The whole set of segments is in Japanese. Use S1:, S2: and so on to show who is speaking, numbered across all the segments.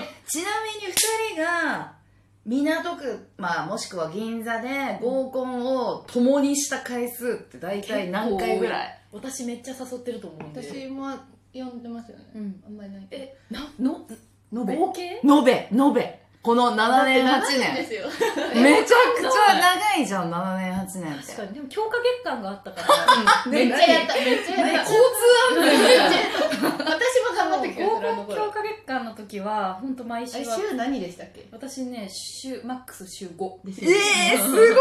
S1: ちなみに2人が港区、まあ、もしくは銀座で合コンを共にした回数って大体何回ぐらい
S2: 私めっちゃ誘ってると思うんで
S3: 私も呼んでますよね、
S2: うん
S3: あんまりない
S2: え
S1: の延べ
S2: 合計
S1: 延べ延べこの7年8
S3: 長いで
S1: 年
S3: すよ
S1: めちゃくちゃ長いじゃん7年8年って
S2: 確かにでも強化月間があったから
S1: うん
S3: めっちゃやっためっちゃやった
S1: 交通安全
S3: めっちゃやった 私も頑張ってくれ
S2: 合
S3: てるあの
S2: コン強
S3: 頃
S2: 化月間の時は本当毎
S3: あ
S2: 週
S3: れ
S2: は
S3: 週何でしたっけ
S2: 私ね週マックス週5
S3: です
S1: えー、すごい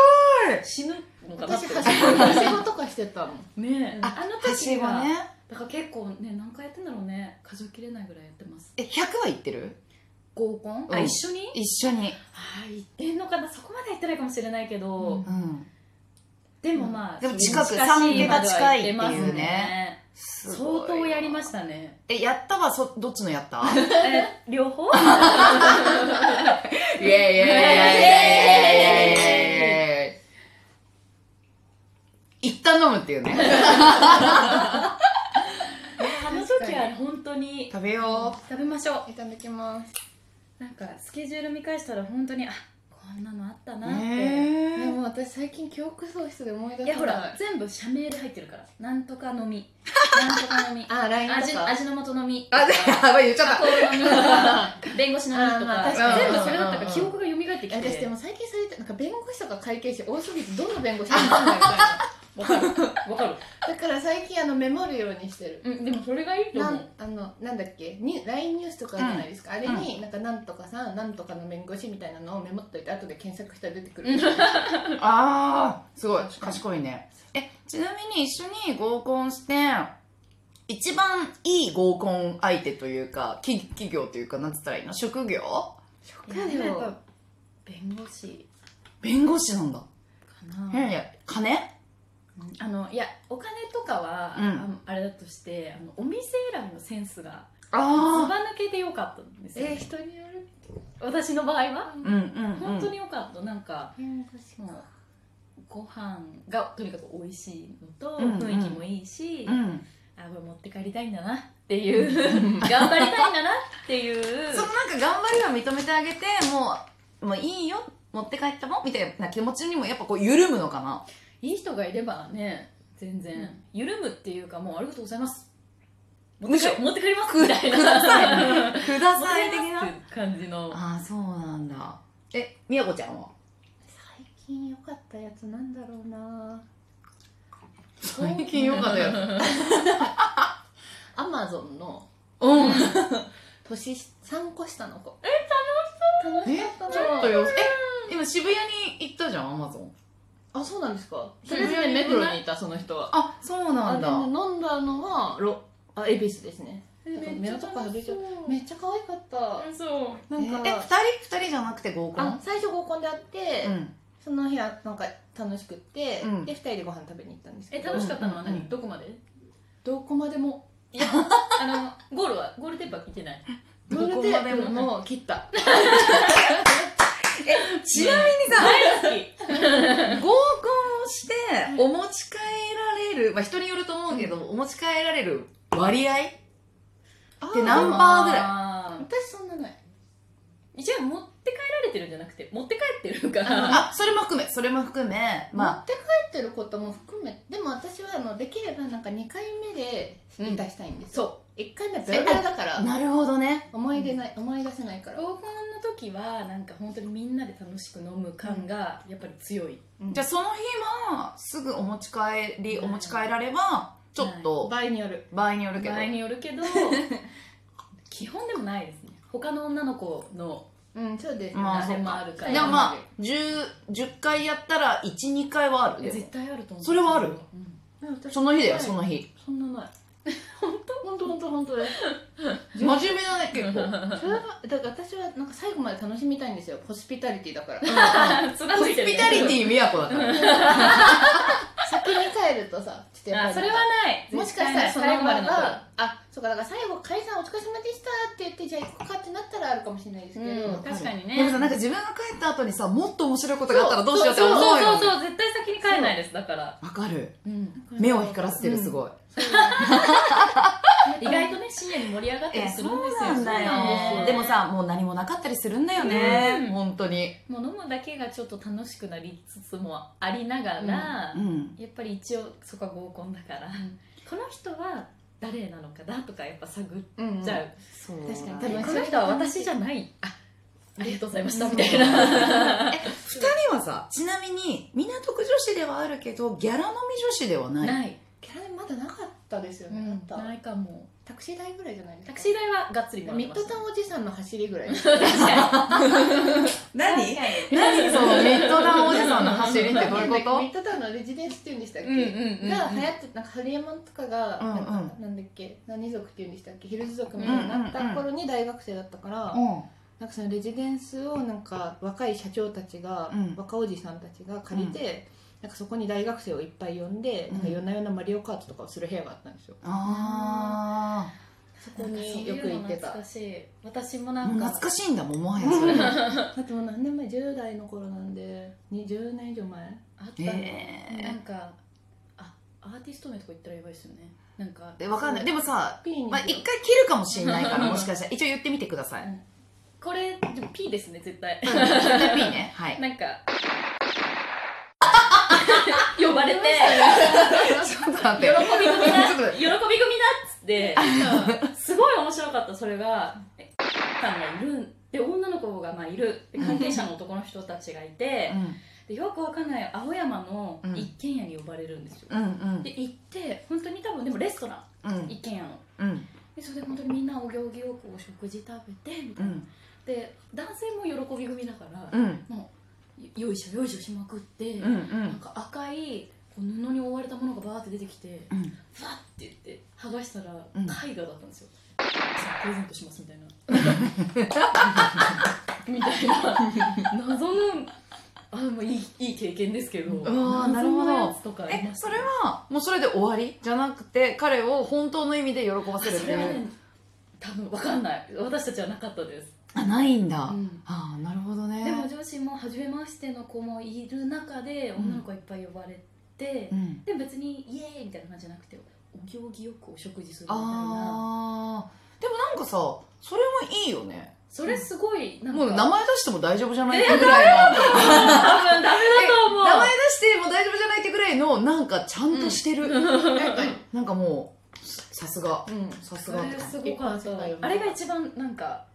S2: 死ぬのかなっ
S3: 私
S2: て
S3: はしごはしごとかしてたもん
S2: ねえ
S1: あ
S2: あの
S1: はし
S2: 時
S1: ご
S2: は
S1: ね
S2: だから結構ね何回やってんだろうね数えきれないぐらいやってます
S1: え100は行ってる
S2: 合コン、
S1: う
S2: あ
S1: ん
S2: 一緒に
S1: 一緒に
S2: あ行ってんのかなそこまで行ってないかもしれないけど、
S3: うん
S1: うん
S2: でもまあ、
S1: でも近く
S2: その
S1: 3桁近いっていうね
S2: までは行ってますね
S1: す
S2: 相
S1: ごい
S2: 当やりましたね
S1: えやったはそどっちのやった
S2: え両方
S1: イエーイイエーイイエーイイエーイイエーイ一旦飲むっていうね
S2: あの時は本当に
S1: 食べよ
S2: 食べましょう
S3: いただきます
S2: なんかスケジュール見返したら本当にあこんなのあった
S1: う
S2: なって、
S3: で
S1: ねえ
S3: も私最近記憶喪失で思い出せ
S2: い
S3: ない
S2: やほら全部社名で入ってるからなんとか飲みなんとか飲み
S3: あ LINE と
S2: 味
S3: か
S2: 味の素飲み
S1: あでやばい言っちゃっ
S2: 加工飲みとか弁護士飲みと
S3: あー
S2: か,、
S3: まあ確
S1: かに
S2: 全部それだったから記憶が蘇ってきて
S3: 私でも最近それってなんか弁護士とか会計士多すぎてどの弁護士にも分かんないから
S2: わ かるわかる、
S3: だから最近あのメモるようにしてる
S2: うん、でもそれがいいと
S3: な
S2: 思うん
S3: あのなんだっけに LINE ニュースとかじゃないですか、あれになんかなんとかさんなんとかの弁護士みたいなのをメモっといて後で検索したら出てくる、
S2: うん
S1: たあーすごい賢いねえちなみに一緒に合コンして一番いい合コン相手というかき企業というかなんつったらいいの職業
S3: いやでもやっぱ
S2: 弁護士
S1: 弁護士なんだ
S2: かな、
S1: いやいや金
S2: あのいやお金とかは、
S1: うん
S2: ああれだとしてあのお店選びのセンスがず
S1: あ
S2: ば抜けてよかったんですよ、
S3: えー、人による
S2: 私の場合は
S1: うんうんうん
S2: 本当によかった、なんか
S3: 弁護士
S2: もうご飯がとにかく美味しいのと、
S1: うんうん
S2: 雰囲気もいいし、
S1: うん
S2: あこれ持って帰りたいんだなっていう 頑張りたいんだなっていう
S1: そのなんか頑張りを認めてあげてもうもういいよ持って帰ったもんみたいな気持ちにもやっぱこう緩むのかない
S2: い人がいればね全然、
S3: うん
S2: 緩むっていうかもうありがとうございます持
S1: む
S2: って
S1: しろ
S2: 帰持って帰ります
S1: く
S2: みたいな
S1: くださいくだ
S2: 持
S1: さい
S2: って帰
S1: 的
S2: りますっ
S1: な
S2: ていう感じの
S1: ああそうなんだえみやこちゃんは
S3: 最近良かったやつなんだろうな
S1: 最近よかったよ
S3: アマゾンの
S1: うん
S3: 年3個下の子
S1: えちょっとよえ今渋谷に行ったじゃんアマゾン
S3: あそうなんですか
S2: そ
S3: そ
S2: れ
S3: れ
S2: ぞ
S3: ぞ
S2: れ
S3: れ
S2: 目
S3: 目
S2: 黒
S3: 黒
S2: に
S3: にいたその人は
S1: あそうなんだ
S3: あでも飲んだのはロあ恵比寿ですね
S2: めっちゃ楽しそう
S3: めっちゃ可愛かった
S2: そう
S3: なんか、
S1: え二人二人じゃなくて合コ
S3: あ
S1: ン
S3: 最初合コンで会って、
S1: うん
S3: その日はなんか楽しくって、
S1: うん
S3: で2人でご飯食べに行ったんですけ
S2: え
S3: ど
S2: 楽しかったのは何、
S1: うん
S2: どこまで
S3: どこまでも
S2: いやあのゴールはゴールテープは聞いて ない
S1: どこまでも
S3: ゴールテープも切った
S1: ちなみにさ
S2: 大
S1: 合
S2: 好
S1: コンをしてお持ち帰られる、まあ、人によると思うけど、お持ち帰られる割合
S3: あ
S1: で
S3: ー
S1: ナン
S2: き
S1: 何パーぐらい
S2: ら
S3: 私そんなない
S2: いじゃあ持って帰られてるんじゃなくて持って帰ってるから
S1: あそれも含めそれも含め
S3: 持
S1: まあ
S3: って帰ってることも含めでも私はあのできればなんか2回目で引退したいんです、
S2: そ
S3: 1回目はベロベロだから
S1: なるほどね
S3: 思い出ない思い出せないから
S2: 合コンの時はなんか本当にみんなで楽しく飲む感がやっぱり強い、
S1: じゃあその日はすぐお持ち帰り
S2: うん
S1: お持ち帰らればちょっと
S3: 場合による
S1: 場合によるけど
S2: 場合によるけ ど基本でもないですね他の女の子の
S3: うんそうです、
S1: まあ
S2: 何でもあるから、
S1: でもまあ 10, 10回やったら12回はある
S2: 絶対あると思う
S1: それはある
S2: うん
S1: その日だよその日
S2: そんなない
S3: 本当本当本当です
S1: 真面目だね結構
S3: それはだから私はなんか最後まで楽しみたいんですよホスピタリティだから
S1: ホ
S2: ホ
S1: スピタリティ宮古だから
S3: 先に帰るとさちょっとやっぱ
S2: あそ
S3: り
S2: れはない
S3: もしかしたらその
S2: 最後ま
S3: 場
S2: での
S3: があそうかだから最後解散お疲れ様でしたって言ってじゃあ行こうかってなったらあるかもしれないですけど、
S2: うん確かにね
S1: でもさなんか自分が帰った後にさもっと面白いことがあったらどうしようって思う
S2: そうそ
S1: よ
S2: う
S1: ね
S2: そう絶対先に帰らないですだから、
S1: わかる
S2: うん、
S1: 目を光らせてる
S3: うん
S1: すごい、
S3: そう
S2: 意外とね深夜に盛り上がった
S1: え
S2: りするんですよ。
S1: そうなんだ
S2: そうなん
S1: よ
S2: す
S1: でもさもう何もなかったりするんだよね、
S2: うん
S1: 本当に
S2: もう飲むだけがちょっと楽しくなりつつもありながら、
S1: うん
S2: やっぱり一応そこは合コンだから、
S3: ん
S2: この人は誰なのかなとかやっぱ探っ
S3: うん
S2: ちゃう、
S1: そう
S3: 確かに
S1: だね
S3: うん
S2: この人は私じゃないあありがとうございましたみたい
S1: え
S2: な
S1: 二人はさちなみに港区女子ではあるけどギャラ飲み女子ではない
S2: ない
S3: キャラでまだなかったですよね、あった
S2: ないかも
S3: タクシー代ぐらいじゃないです
S2: タ
S3: か
S2: クシー代はがっつりもらって
S3: ミ
S2: ま
S3: ッ
S2: し
S3: ド
S2: た
S3: タウンおじさんの走りぐらい
S1: 何
S2: 何
S1: 何そのミッドダウンおじさんの走りってどういうこ
S3: ミ
S1: と
S3: ッドタウンのレジデンスっていうんでしたっ
S2: う
S3: け、
S2: んうんうん
S3: が流行ってなんかハリエモンとかが、
S1: うんうん
S3: なんかなんだっけ何族っていうんでしたっけヒルズ族みたいになった頃に大学生だったから、なんかそのレジデンスをなんか若い社長たちが、
S1: うん
S3: 若おじさんたちが借りて、なんかそこに大学生をいっぱい呼んで、
S1: うん
S3: なんか夜な夜なマリオカートとかをする部屋があったんですよ
S1: あ
S3: そこによく行ってた
S2: 懐かしい私も
S1: あ
S2: なんか
S1: 懐かしいんだもんもはやそれ
S3: だってもう何年前10代の頃なんで20年以上前
S2: あったのなん
S1: え
S2: かあアーティスト名とか言ったらやばいですよねなんか
S1: ー、わかんないでもさ、
S3: ピーに、
S1: まあ、一回切るかもしれないからもしかしたら一応言ってみてください
S3: うん
S2: これでも P ですね絶対
S1: うん絶対 P ねはい
S2: なんか 呼ばれて
S1: ちょっと待って
S2: 喜び組
S1: ち
S2: だ
S1: ょっと
S2: 喜び組だっつ ってすごい面白かったそれがえさんがいるで女の子がまあいるで関係者の男の人たちがいてでよくわかんない青山の一軒家に呼ばれるんですよ
S1: うんうん
S2: で行って本当に多分でもレストラ
S1: うんうん
S2: ン一軒家の
S1: うん
S2: でそれで本当にみんなお行儀よくお食事食べてみた
S1: う
S2: いな、
S1: ん
S2: で男性も喜び組だから、
S1: うん
S2: よいしょよいしょしまくって、
S1: うんう
S2: なん
S1: ん
S2: か赤いこう布に覆われたものがバーって出てきて
S1: うん
S2: ふわって言って剥がしたら
S1: うん
S2: 絵画だったんですよ、プレゼントしますみたいな みたいな謎のあもういいいい経験ですけど
S1: うわーなるほど
S2: 謎のやつとかい
S1: え
S2: ました
S1: それはもうそれで終わりじゃなくて彼を本当の意味で喜ばせるっ
S2: そ
S1: てい
S2: れは
S1: う
S2: ね多分わかんない私たちはなかったです、
S1: あないんだ、あ
S2: うん
S1: あなるほどね
S2: でも上司も初めましての子もいる中で
S1: ん
S2: 女の子がいっぱい呼ばれて、
S1: うん、
S2: でも別にイエーイみたいな感じじゃなくてお行儀よくお食事するみたいな
S1: あーでもなんかさそれもいいよね
S2: それすごいなんか
S1: もう名前出しても大丈夫じゃないっ
S2: え
S1: てぐらいの
S2: 多分ダメだと思う
S1: 名前出しても大丈夫じゃないってぐらいのなんかちゃんとしてる、なんかもうさすが
S3: うん
S1: さす
S2: そ
S1: がって
S2: れ
S1: 感じ
S2: すごかったあれが一番なんか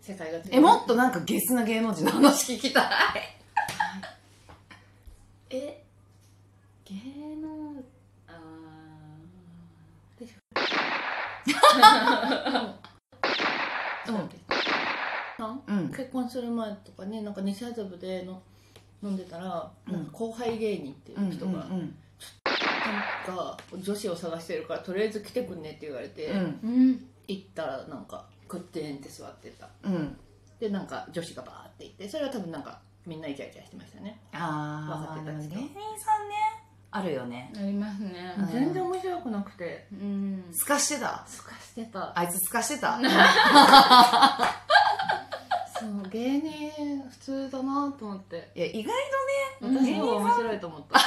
S3: 世界が違う
S1: えもっとなんかゲスな芸能人の話聞きたい
S2: え芸能あ
S1: うん
S3: 結婚する前とかねなんか西麻布での飲んでたら、
S1: うん
S3: なんか後輩芸人ってい
S1: うん
S3: う人が、なん
S1: うん
S3: か女子を探してるからとりあえず来てくんねって言われて、
S1: うん
S2: ーうん
S3: 行ったらなんかくってんって座ってた
S1: うん
S3: でなんか女子がバーって行ってそれは多分なんかみんなイチャイチャしてましたね
S1: あ
S3: わかっ
S1: あ
S3: てたんです
S1: 芸
S3: けど
S1: 人さんねあるよね
S2: なりますね
S1: うん
S3: 全然面白くなくて
S2: うん
S1: すかしてた
S3: すかしてた
S1: あいつすかしてた
S3: そう芸人普通だなと思って
S1: いや意外とね
S3: 私の方が面白いと思った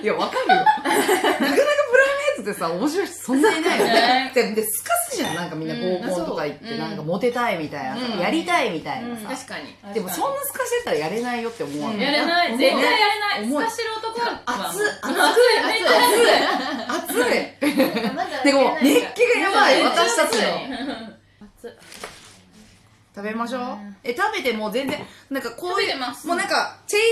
S1: いや わかるよなかなかプライベートでさ面白い人そんないないよねででスカすじゃんなんかみんな合コンとか行って、
S2: うん
S1: なんかモテたいみたいなさ、
S3: うん
S1: やりたいみたいなさ、
S3: 確かに
S1: でもそんなすかしてたらやれないよって思わ
S3: う
S1: なんい、
S2: やれない
S1: ね
S2: 絶対やれない
S1: 重
S2: 透
S1: い
S2: かしてる男は
S1: 熱い熱い
S2: 熱い
S1: 熱い熱い
S3: まだ
S1: でも熱気がやばい
S2: 熱い
S1: 私たちの
S2: 熱い
S1: 食べましょう
S2: うん
S1: え食べてもう全然なんかこういう
S2: ます
S1: もうなんかチェイ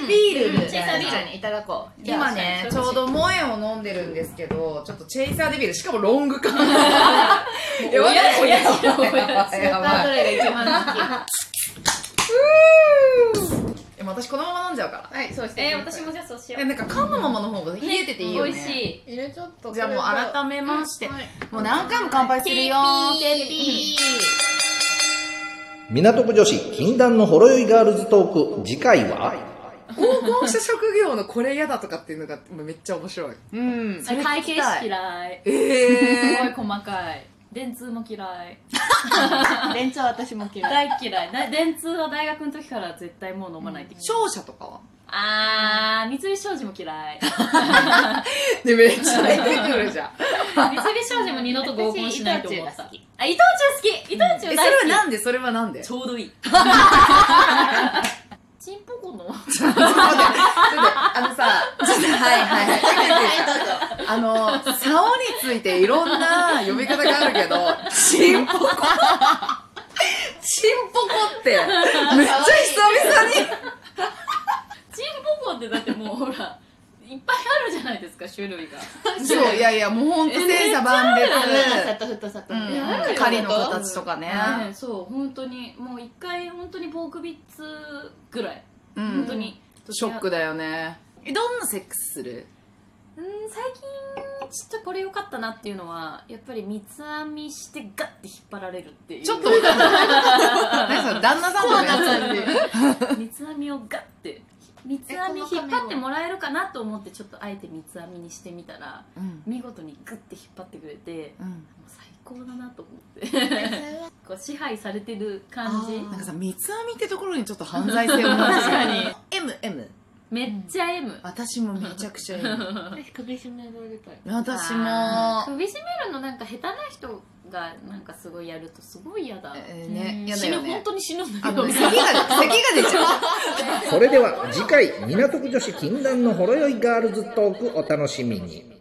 S1: サーにビールみ
S2: チェイサ
S1: た
S2: ー
S1: い
S2: ビ
S1: な
S2: ール
S3: にいただこう
S1: 今ねち
S2: そう
S1: ょ
S2: そう
S1: うど萌えを飲んでるんですけどちょっとチェイサーデビルしかもロング 缶えわかる
S2: 親父の
S1: やばいやばいやばい
S3: レが一番好
S1: でも私このまま飲んじゃうから
S3: きはいそうして
S2: えー、私もじゃあそうしよ
S1: え
S2: う
S1: なんか缶のままの方が冷えてていいよね、
S2: 美味しい
S3: 入れちょっと
S1: じゃあもう改めまして、もう何回も乾杯するよ
S2: ケピ
S4: 港区女子禁断のほろ酔いガールズトーク次回は
S1: 合コンした職業のこれ嫌だとかっていうのがめっちゃ面白いうんそれ
S2: 会計士
S1: い
S2: 嫌い
S1: え
S2: す ごい細かい電通も嫌い
S3: レンチは私も嫌
S2: 大
S3: い
S2: 嫌いだ電通は大学の時から絶対もう飲まないって
S1: 勝者とかは
S2: ああー、三菱商事も嫌い。
S1: でめっちゃ出てくるじゃん
S2: 三菱商事も二度と合コンしないと思った。あ、伊藤忠好き伊藤
S1: えそれ
S2: 忠大
S1: は
S2: 好き、
S1: なんでそれはなんで
S2: ちょ うどいい。チンポコの
S1: ちょっとあのさ、ちょっとはいはいはい。あの、竿についていろんな呼び方があるけど、チンポコ。チンポコって、めっちゃ久々に。
S2: チンポコってだってもうほら、いっぱいあるじゃないですか、種類が。
S1: そう、いやいや、もうほんと千差万別。
S3: 長さと太さと、
S1: うん
S2: いやあるよ
S1: 狩りの形とかね。
S2: ねそう、本当に、もう一回、本当にポークビッツぐらい。
S1: う
S2: 本
S1: ん
S2: 当。に。
S1: ショックだよね。えどんなセックスする
S2: うん最近ちょっとこれ良かったなっていうのはやっぱり三つ編みしてガッて引っ張られるっていう
S1: ちょっとわかんない。何それ旦那さんとかやつ
S2: 三つ編みをガッて三つ編み引っ張ってもらえるかなと思ってちょっとあえて三つ編みにしてみたら
S1: うん
S2: 見事にグッて引っ張ってくれて
S1: うん
S2: もう最高だなと思って こう支配されてる感じ
S3: あー
S1: なんかさ、三つ編みってところにちょっと犯罪性を感じる。
S2: 確かに
S1: M、M。
S2: めっちゃ M
S1: 私もめちゃくちゃ M。
S3: 私首絞められたい
S1: 私
S2: あー
S1: も、
S2: 首絞めるのなんか下手な人がなんかすごいやるとすごい嫌だ
S1: えー
S3: う
S1: ね、
S3: ん
S1: 嫌だ
S2: 死ぬ
S1: よ
S2: 本
S1: ね。
S2: 当に死ぬんだ
S1: あ
S2: けど
S1: の、咳が、咳が出ちゃう。
S4: それでは次回、港区女子禁断のほろ酔いガールズトークお楽しみに。